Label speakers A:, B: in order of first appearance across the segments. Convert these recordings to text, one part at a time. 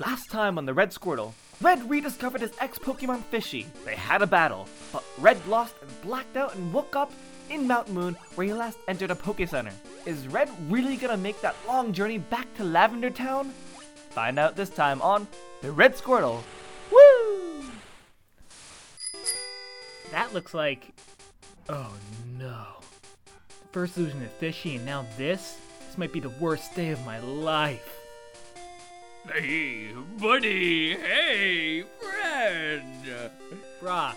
A: Last time on the Red Squirtle, Red rediscovered his ex Pokemon Fishy. They had a battle, but Red lost and blacked out and woke up in Mount Moon where he last entered a Poke Center. Is Red really gonna make that long journey back to Lavender Town? Find out this time on The Red Squirtle. Woo!
B: That looks like. Oh no. First losing to Fishy and now this? This might be the worst day of my life.
C: Hey, buddy! Hey, friend!
B: Brock.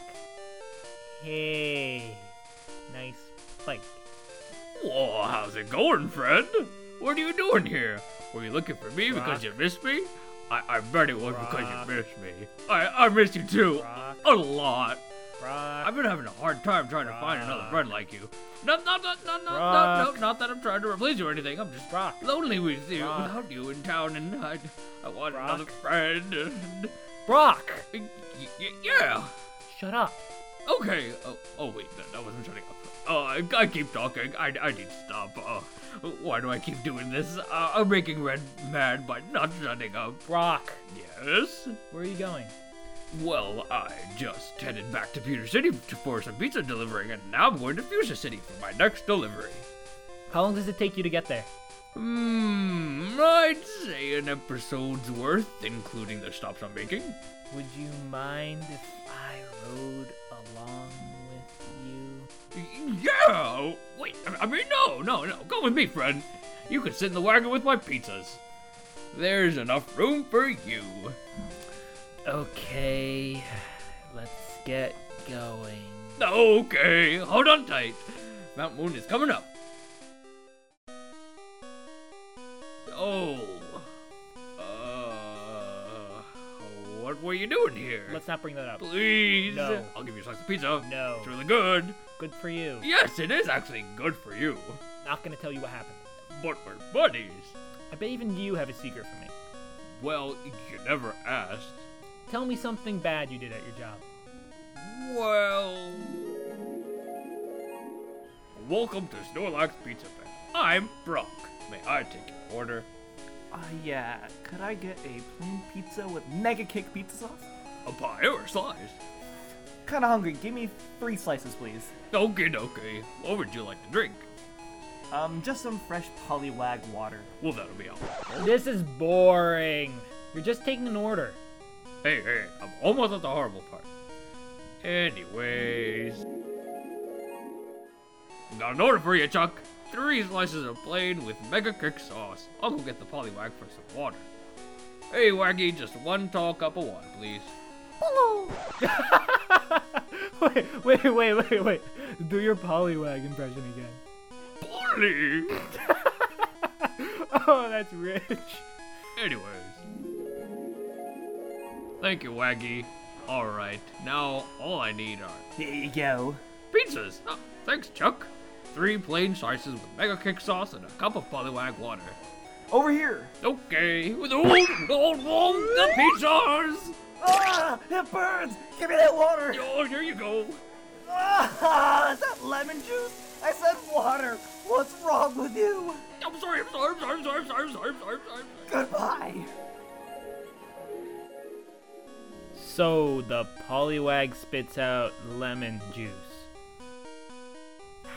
B: Hey. Nice bike.
C: Whoa, how's it going, friend? What are you doing here? Were you looking for me because you missed me? I, I bet it was because
B: Rock.
C: you missed me. I, I missed you too.
B: Rock.
C: A lot.
B: Brock.
C: I've been having a hard time trying to find another
B: Rock.
C: friend like you. Not, not, not, not, not, not,
B: Rock.
C: no, not that I'm trying to replace you or anything. I'm just
B: Rock.
C: lonely with you,
B: Rock.
C: without you in town, and I, I want
B: Rock.
C: another friend. And,
B: Brock!
C: y- y- yeah.
B: Shut up.
C: Okay. Oh, oh wait, that, that wasn't shutting up. Oh, I, I keep talking. I, I need to stop. Oh, why do I keep doing this? Uh, I'm making Red mad by not shutting up.
B: Brock.
C: Yes.
B: Where are you going?
C: Well, I just headed back to Peter City to- for some pizza delivering, and now I'm going to Fuchsia City for my next delivery.
B: How long does it take you to get there?
C: Hmm, I'd say an episode's worth, including the stops I'm making.
B: Would you mind if I rode along with you?
C: Yeah! Wait, I- I mean, no, no, no. Go with me, friend. You can sit in the wagon with my pizzas. There's enough room for you.
B: Okay, let's get going.
C: Okay, hold on tight. Mount Moon is coming up. Oh. Uh. What were you doing here?
B: Let's not bring that up.
C: Please.
B: No.
C: I'll give you a slice of pizza.
B: No.
C: It's really good.
B: Good for you.
C: Yes, it is actually good for you.
B: Not gonna tell you what happened.
C: But we're buddies.
B: I bet even you have a secret for me.
C: Well, you never asked.
B: Tell me something bad you did at your job.
C: Well. Welcome to Snorlax Pizza Pit. I'm Brock. May I take your order?
A: Uh, yeah, could I get a plain pizza with mega kick pizza sauce?
C: A pie or a slice?
A: Kinda hungry, give me three slices, please.
C: Okay, okay. What would you like to drink?
A: Um, just some fresh polywag water.
C: Well, that'll be all.
B: This is boring. You're just taking an order.
C: Hey, hey, I'm almost at the horrible part. Anyways. Got an order for you, Chuck. Three slices of plain with mega kick sauce. I'll go get the polywag for some water. Hey, Waggy, just one tall cup of water, please.
B: wait, wait, wait, wait, wait. Do your polywag impression again.
C: Poorly!
B: Oh, that's rich.
C: Anyways. Thank you, Waggy. Alright, now all I need are
A: Here you go.
C: pizzas. Oh, thanks, Chuck. Three plain slices with mega kick sauce and a cup of polywag water.
A: Over here!
C: Okay, with the old, old, old, the pizzas!
A: Ah! It burns! Give me that water!
C: Oh, here you go.
A: Ah! Is that lemon juice? I said water! What's wrong with you?
C: I'm sorry, I'm sorry, I'm sorry, I'm sorry, I'm sorry, I'm sorry, I'm sorry, I'm sorry.
A: Goodbye!
B: So the polywag spits out lemon juice.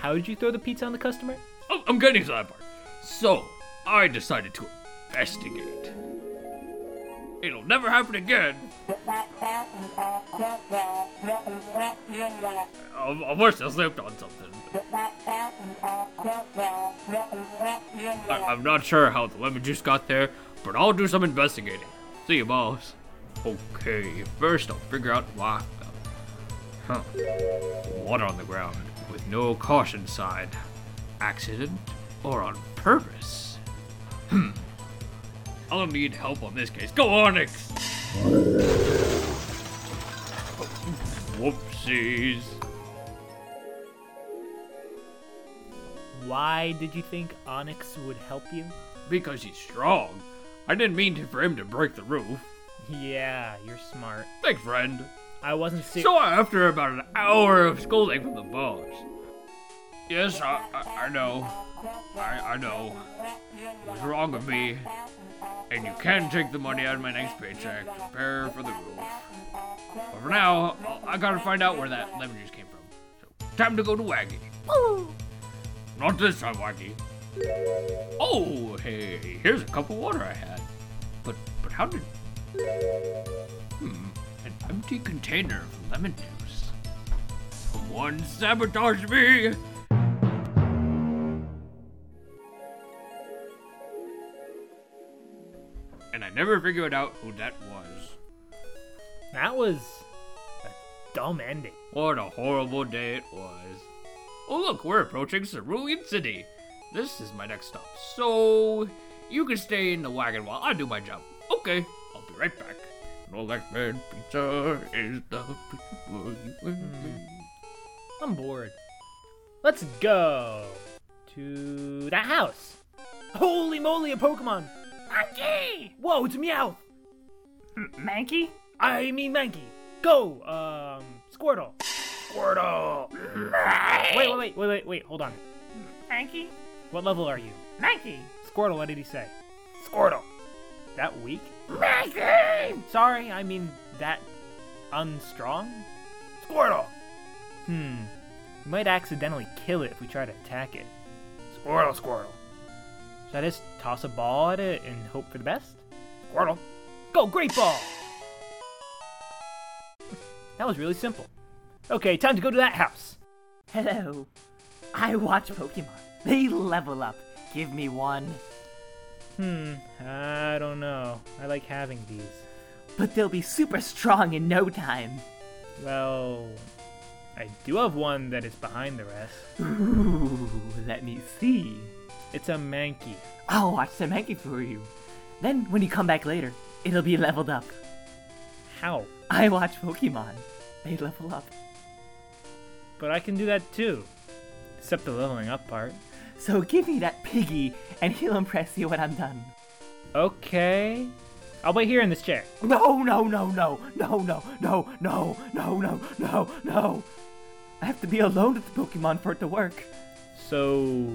B: How did you throw the pizza on the customer?
C: I'm, I'm getting to that part. So, I decided to investigate. It'll never happen again. Of of course, I slipped on something. I, I'm not sure how the lemon juice got there, but I'll do some investigating. See you, boss. Okay, first I'll figure out why. Huh. Water on the ground, with no caution sign. Accident or on purpose? Hmm. I'll need help on this case. Go Onyx! Whoopsies.
B: Why did you think Onyx would help you?
C: Because he's strong. I didn't mean to- for him to break the roof.
B: Yeah, you're smart.
C: Thanks, friend.
B: I wasn't serious.
C: So after about an hour of scolding from the boss. Yes, I, I, I know. I, I know. What's wrong with me? And you can take the money out of my next paycheck to prepare for the roof. But for now, I- I gotta find out where that lemon juice came from. So, time to go to Waggy. Not this time, Waggy. Oh, hey, here's a cup of water I had. But, but how did. Hmm, an empty container of lemon juice. Someone sabotaged me! And I never figured out who that was.
B: That was a dumb ending.
C: What a horrible day it was. Oh, look, we're approaching Cerulean City. This is my next stop, so you can stay in the wagon while I do my job. Okay, I'll be right back. No that man pizza is the pizza.
B: I'm bored. Let's go to that house. Holy moly, a Pokemon! Monkey! Whoa, it's Meowth!
D: Mankey?
B: I mean Mankey. Go, um, Squirtle. Squirtle. wait, wait, wait, wait, wait, wait. Hold on.
D: Mankey?
B: What level are you?
D: Mankey!
B: Squirtle. What did he say? Squirtle. That weak? Sorry, I mean that unstrong. Squirtle. Hmm. We might accidentally kill it if we try to attack it. Squirtle, Squirtle. Should I just toss a ball at it and hope for the best? Squirtle. Go, great ball! That was really simple. Okay, time to go to that house.
D: Hello. I watch Pokemon. They level up. Give me one.
B: Hmm, I don't know. I like having these.
D: But they'll be super strong in no time.
B: Well, I do have one that is behind the rest.
D: Ooh, let me see.
B: It's a Mankey.
D: I'll watch the Mankey for you. Then, when you come back later, it'll be leveled up.
B: How?
D: I watch Pokemon. They level up.
B: But I can do that too. Except the leveling up part.
D: So give me that piggy, and he'll impress you when I'm done.
B: Okay. I'll wait here in this chair.
D: No, no, no, no, no, no, no, no, no, no, no, no. I have to be alone with the Pokemon for it to work.
B: So,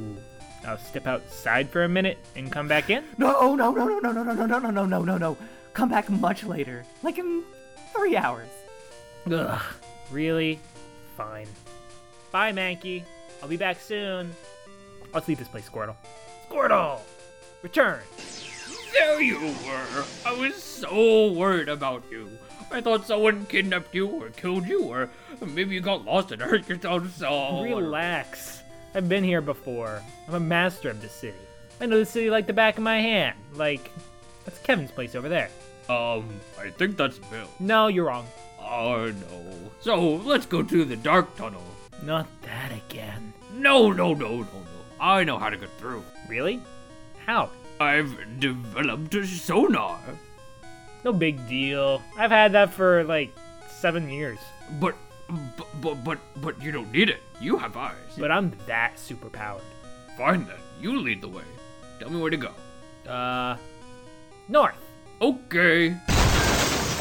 B: I'll step outside for a minute and come back in?
D: No, no, no, no, no, no, no, no, no, no, no, no, no, no. Come back much later, like in three hours.
B: Ugh. Really? Fine. Bye, Mankey. I'll be back soon. Let's leave this place, Squirtle. Squirtle! Return!
C: There you were! I was so worried about you. I thought someone kidnapped you or killed you, or maybe you got lost and hurt yourself. So
B: Relax. I've been here before. I'm a master of this city. I know the city like the back of my hand. Like, that's Kevin's place over there.
C: Um, I think that's Bill.
B: No, you're wrong.
C: Oh no. So let's go to the dark tunnel.
B: Not that again.
C: No, no, no, no, no. I know how to get through.
B: Really? How?
C: I've developed a sonar.
B: No big deal. I've had that for like seven years.
C: But, but, but, but, but you don't need it. You have eyes.
B: But I'm that superpowered.
C: Fine then. You lead the way. Tell me where to go.
B: Uh, north.
C: Okay.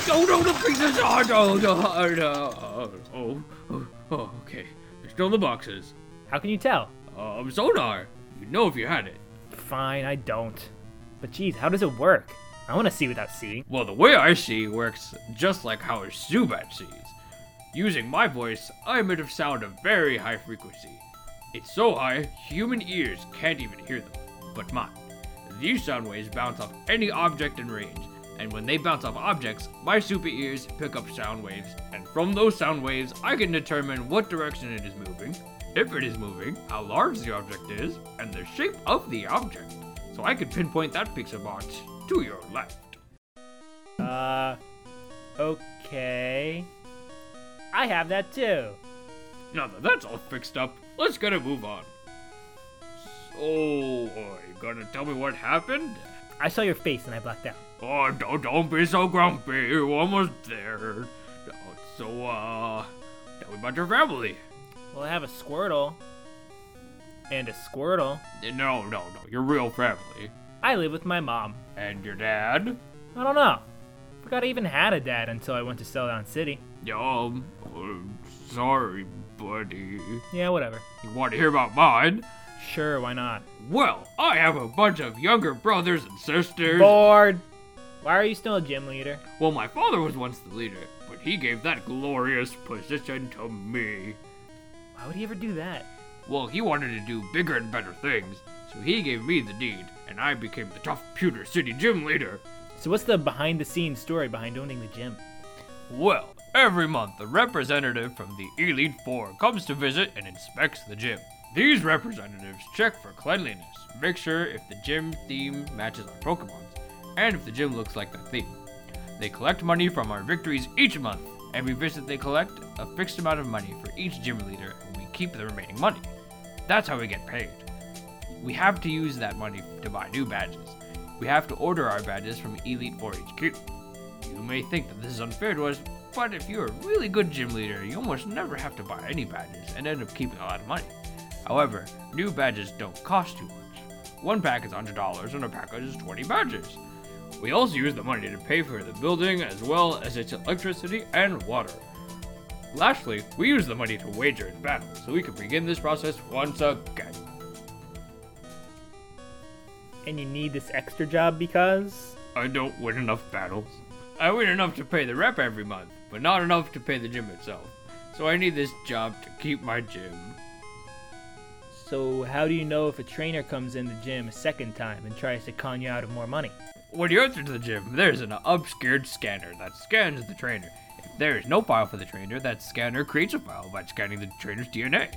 C: No, no, no, pieces! Oh, no, no, oh, no. Oh, oh, oh, okay. There's still the boxes.
B: How can you tell?
C: Um, sonar. You'd know if you had it.
B: Fine, I don't. But geez, how does it work? I want to see without seeing.
C: Well, the way I see works just like how a Zubat sees. Using my voice, I emit a sound of very high frequency. It's so high, human ears can't even hear them, but mine. These sound waves bounce off any object in range, and when they bounce off objects, my super ears pick up sound waves, and from those sound waves, I can determine what direction it is moving, if it is moving, how large the object is, and the shape of the object. So I can pinpoint that pixel box to your left.
B: Uh, okay. I have that too.
C: Now that that's all fixed up, let's get a move on. So, are you gonna tell me what happened?
B: I saw your face and I blacked out.
C: Oh, don't, don't be so grumpy. You're almost there. Oh, So, uh, tell me about your family.
B: Well, I have a Squirtle. And a Squirtle.
C: No, no, no, your real family.
B: I live with my mom.
C: And your dad?
B: I don't know. Forgot I even had a dad until I went to Celadon City.
C: Um, oh, sorry, buddy.
B: Yeah, whatever.
C: You want to hear about mine?
B: Sure, why not?
C: Well, I have a bunch of younger brothers and sisters.
B: Bored. Why are you still a gym leader?
C: Well, my father was once the leader, but he gave that glorious position to me.
B: Why would he ever do that?
C: Well, he wanted to do bigger and better things, so he gave me the deed, and I became the tough Pewter City gym leader.
B: So what's the behind the scenes story behind owning the gym?
C: Well, every month a representative from the Elite Four comes to visit and inspects the gym. These representatives check for cleanliness, make sure if the gym theme matches our Pokemon's, and if the gym looks like the theme. They collect money from our victories each month. Every visit they collect a fixed amount of money for each gym leader, and we keep the remaining money. That's how we get paid. We have to use that money to buy new badges. We have to order our badges from Elite 4 HQ. You may think that this is unfair to us, but if you're a really good gym leader, you almost never have to buy any badges and end up keeping a lot of money. However, new badges don't cost too much. One pack is $100 and a package is 20 badges. We also use the money to pay for the building as well as its electricity and water. Lastly, we use the money to wager in battle so we can begin this process once again.
B: And you need this extra job because
C: I don't win enough battles. I win enough to pay the rep every month, but not enough to pay the gym itself. So I need this job to keep my gym.
B: So how do you know if a trainer comes in the gym a second time and tries to con you out of more money?
C: When you enter the gym, there's an obscured scanner that scans the trainer. If there is no file for the trainer, that scanner creates a file by scanning the trainer's DNA.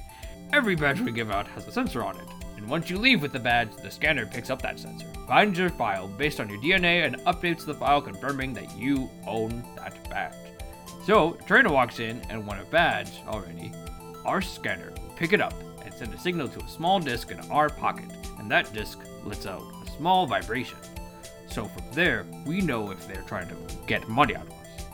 C: Every badge we give out has a sensor on it, and once you leave with the badge, the scanner picks up that sensor, finds your file based on your DNA, and updates the file confirming that you own that badge. So, a trainer walks in and won a badge already. Our scanner will pick it up and send a signal to a small disc in our pocket, and that disc lets out a small vibration. So from there, we know if they're trying to get money out of us.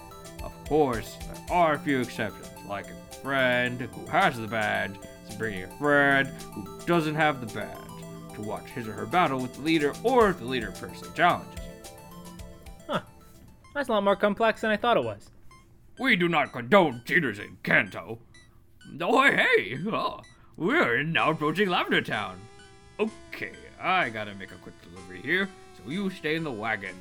C: Of course, there are a few exceptions, like if a friend who has the badge is bringing a friend who doesn't have the badge to watch his or her battle with the leader, or if the leader personally challenges you.
B: Huh. That's a lot more complex than I thought it was.
C: We do not condone cheaters in Kanto. Oh, hey, hey, oh, we're now approaching Lavender Town. Okay, I gotta make a quick delivery here. So you stay in the wagon.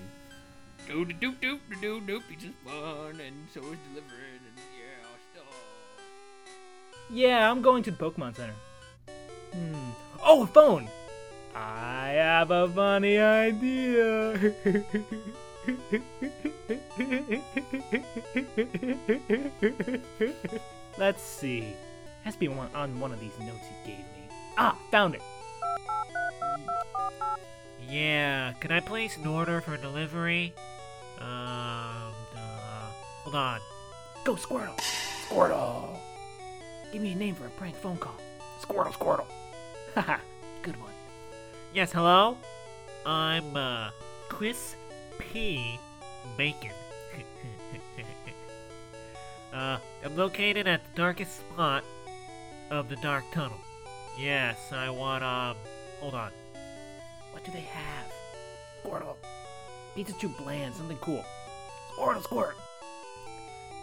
C: Doop doop doop doop doop doop. He's just fun, and so is delivering, and yeah, stuff.
B: Yeah, I'm going to the Pokemon Center. Hmm. Oh, a phone! I have a funny idea. Let's see. Has to be one on one of these notes he gave me. Ah, found it.
E: Yeah, can I place an order for delivery? Um, uh, hold on.
B: Go, Squirtle! Squirtle! Give me a name for a prank phone call.
D: Squirtle, Squirtle.
B: Haha, good one.
E: Yes, hello? I'm, uh, Chris P. Bacon. uh, I'm located at the darkest spot of the dark tunnel. Yes, I want, um, hold on.
B: What do they have?
D: Squirtle.
B: Pizza too bland, something cool.
D: Squirtle, Squirt.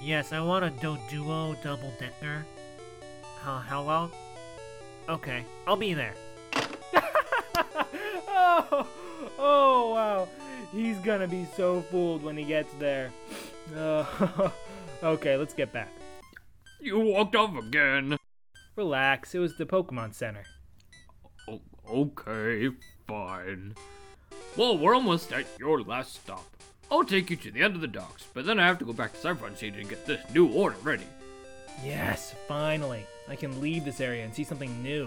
E: Yes, I want a do duo double decker. Huh, hello? Okay, I'll be there.
B: oh, oh wow. He's gonna be so fooled when he gets there. Uh, okay, let's get back.
C: You walked off again.
B: Relax, it was the Pokemon Center.
C: O- okay, fine. Well, we're almost at your last stop. I'll take you to the end of the docks, but then I have to go back to Saffron City to get this new order ready.
B: Yes, finally. I can leave this area and see something new.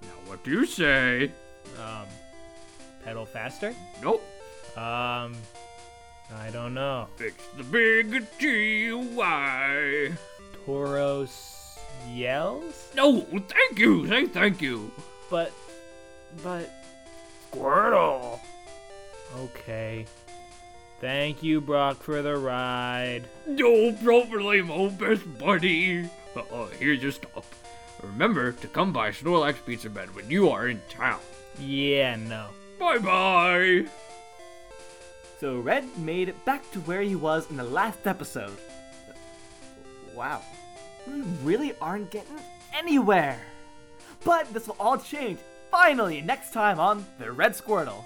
C: Now, what do you say?
B: Um, pedal faster?
C: Nope.
B: Um, I don't know.
C: Fix the big T-Y.
B: Toros yells?
C: No, thank you. Say thank you.
B: But, but,
D: Squirtle.
B: okay. Thank you, Brock, for the ride.
C: No properly, my best buddy. Uh-oh, here's your stop. Remember to come by Snorlax Pizza Man when you are in town.
B: Yeah, no.
C: Bye bye.
A: So Red made it back to where he was in the last episode. Wow. We really aren't getting anywhere. But this will all change
D: Finally, next time on The Red Squirtle.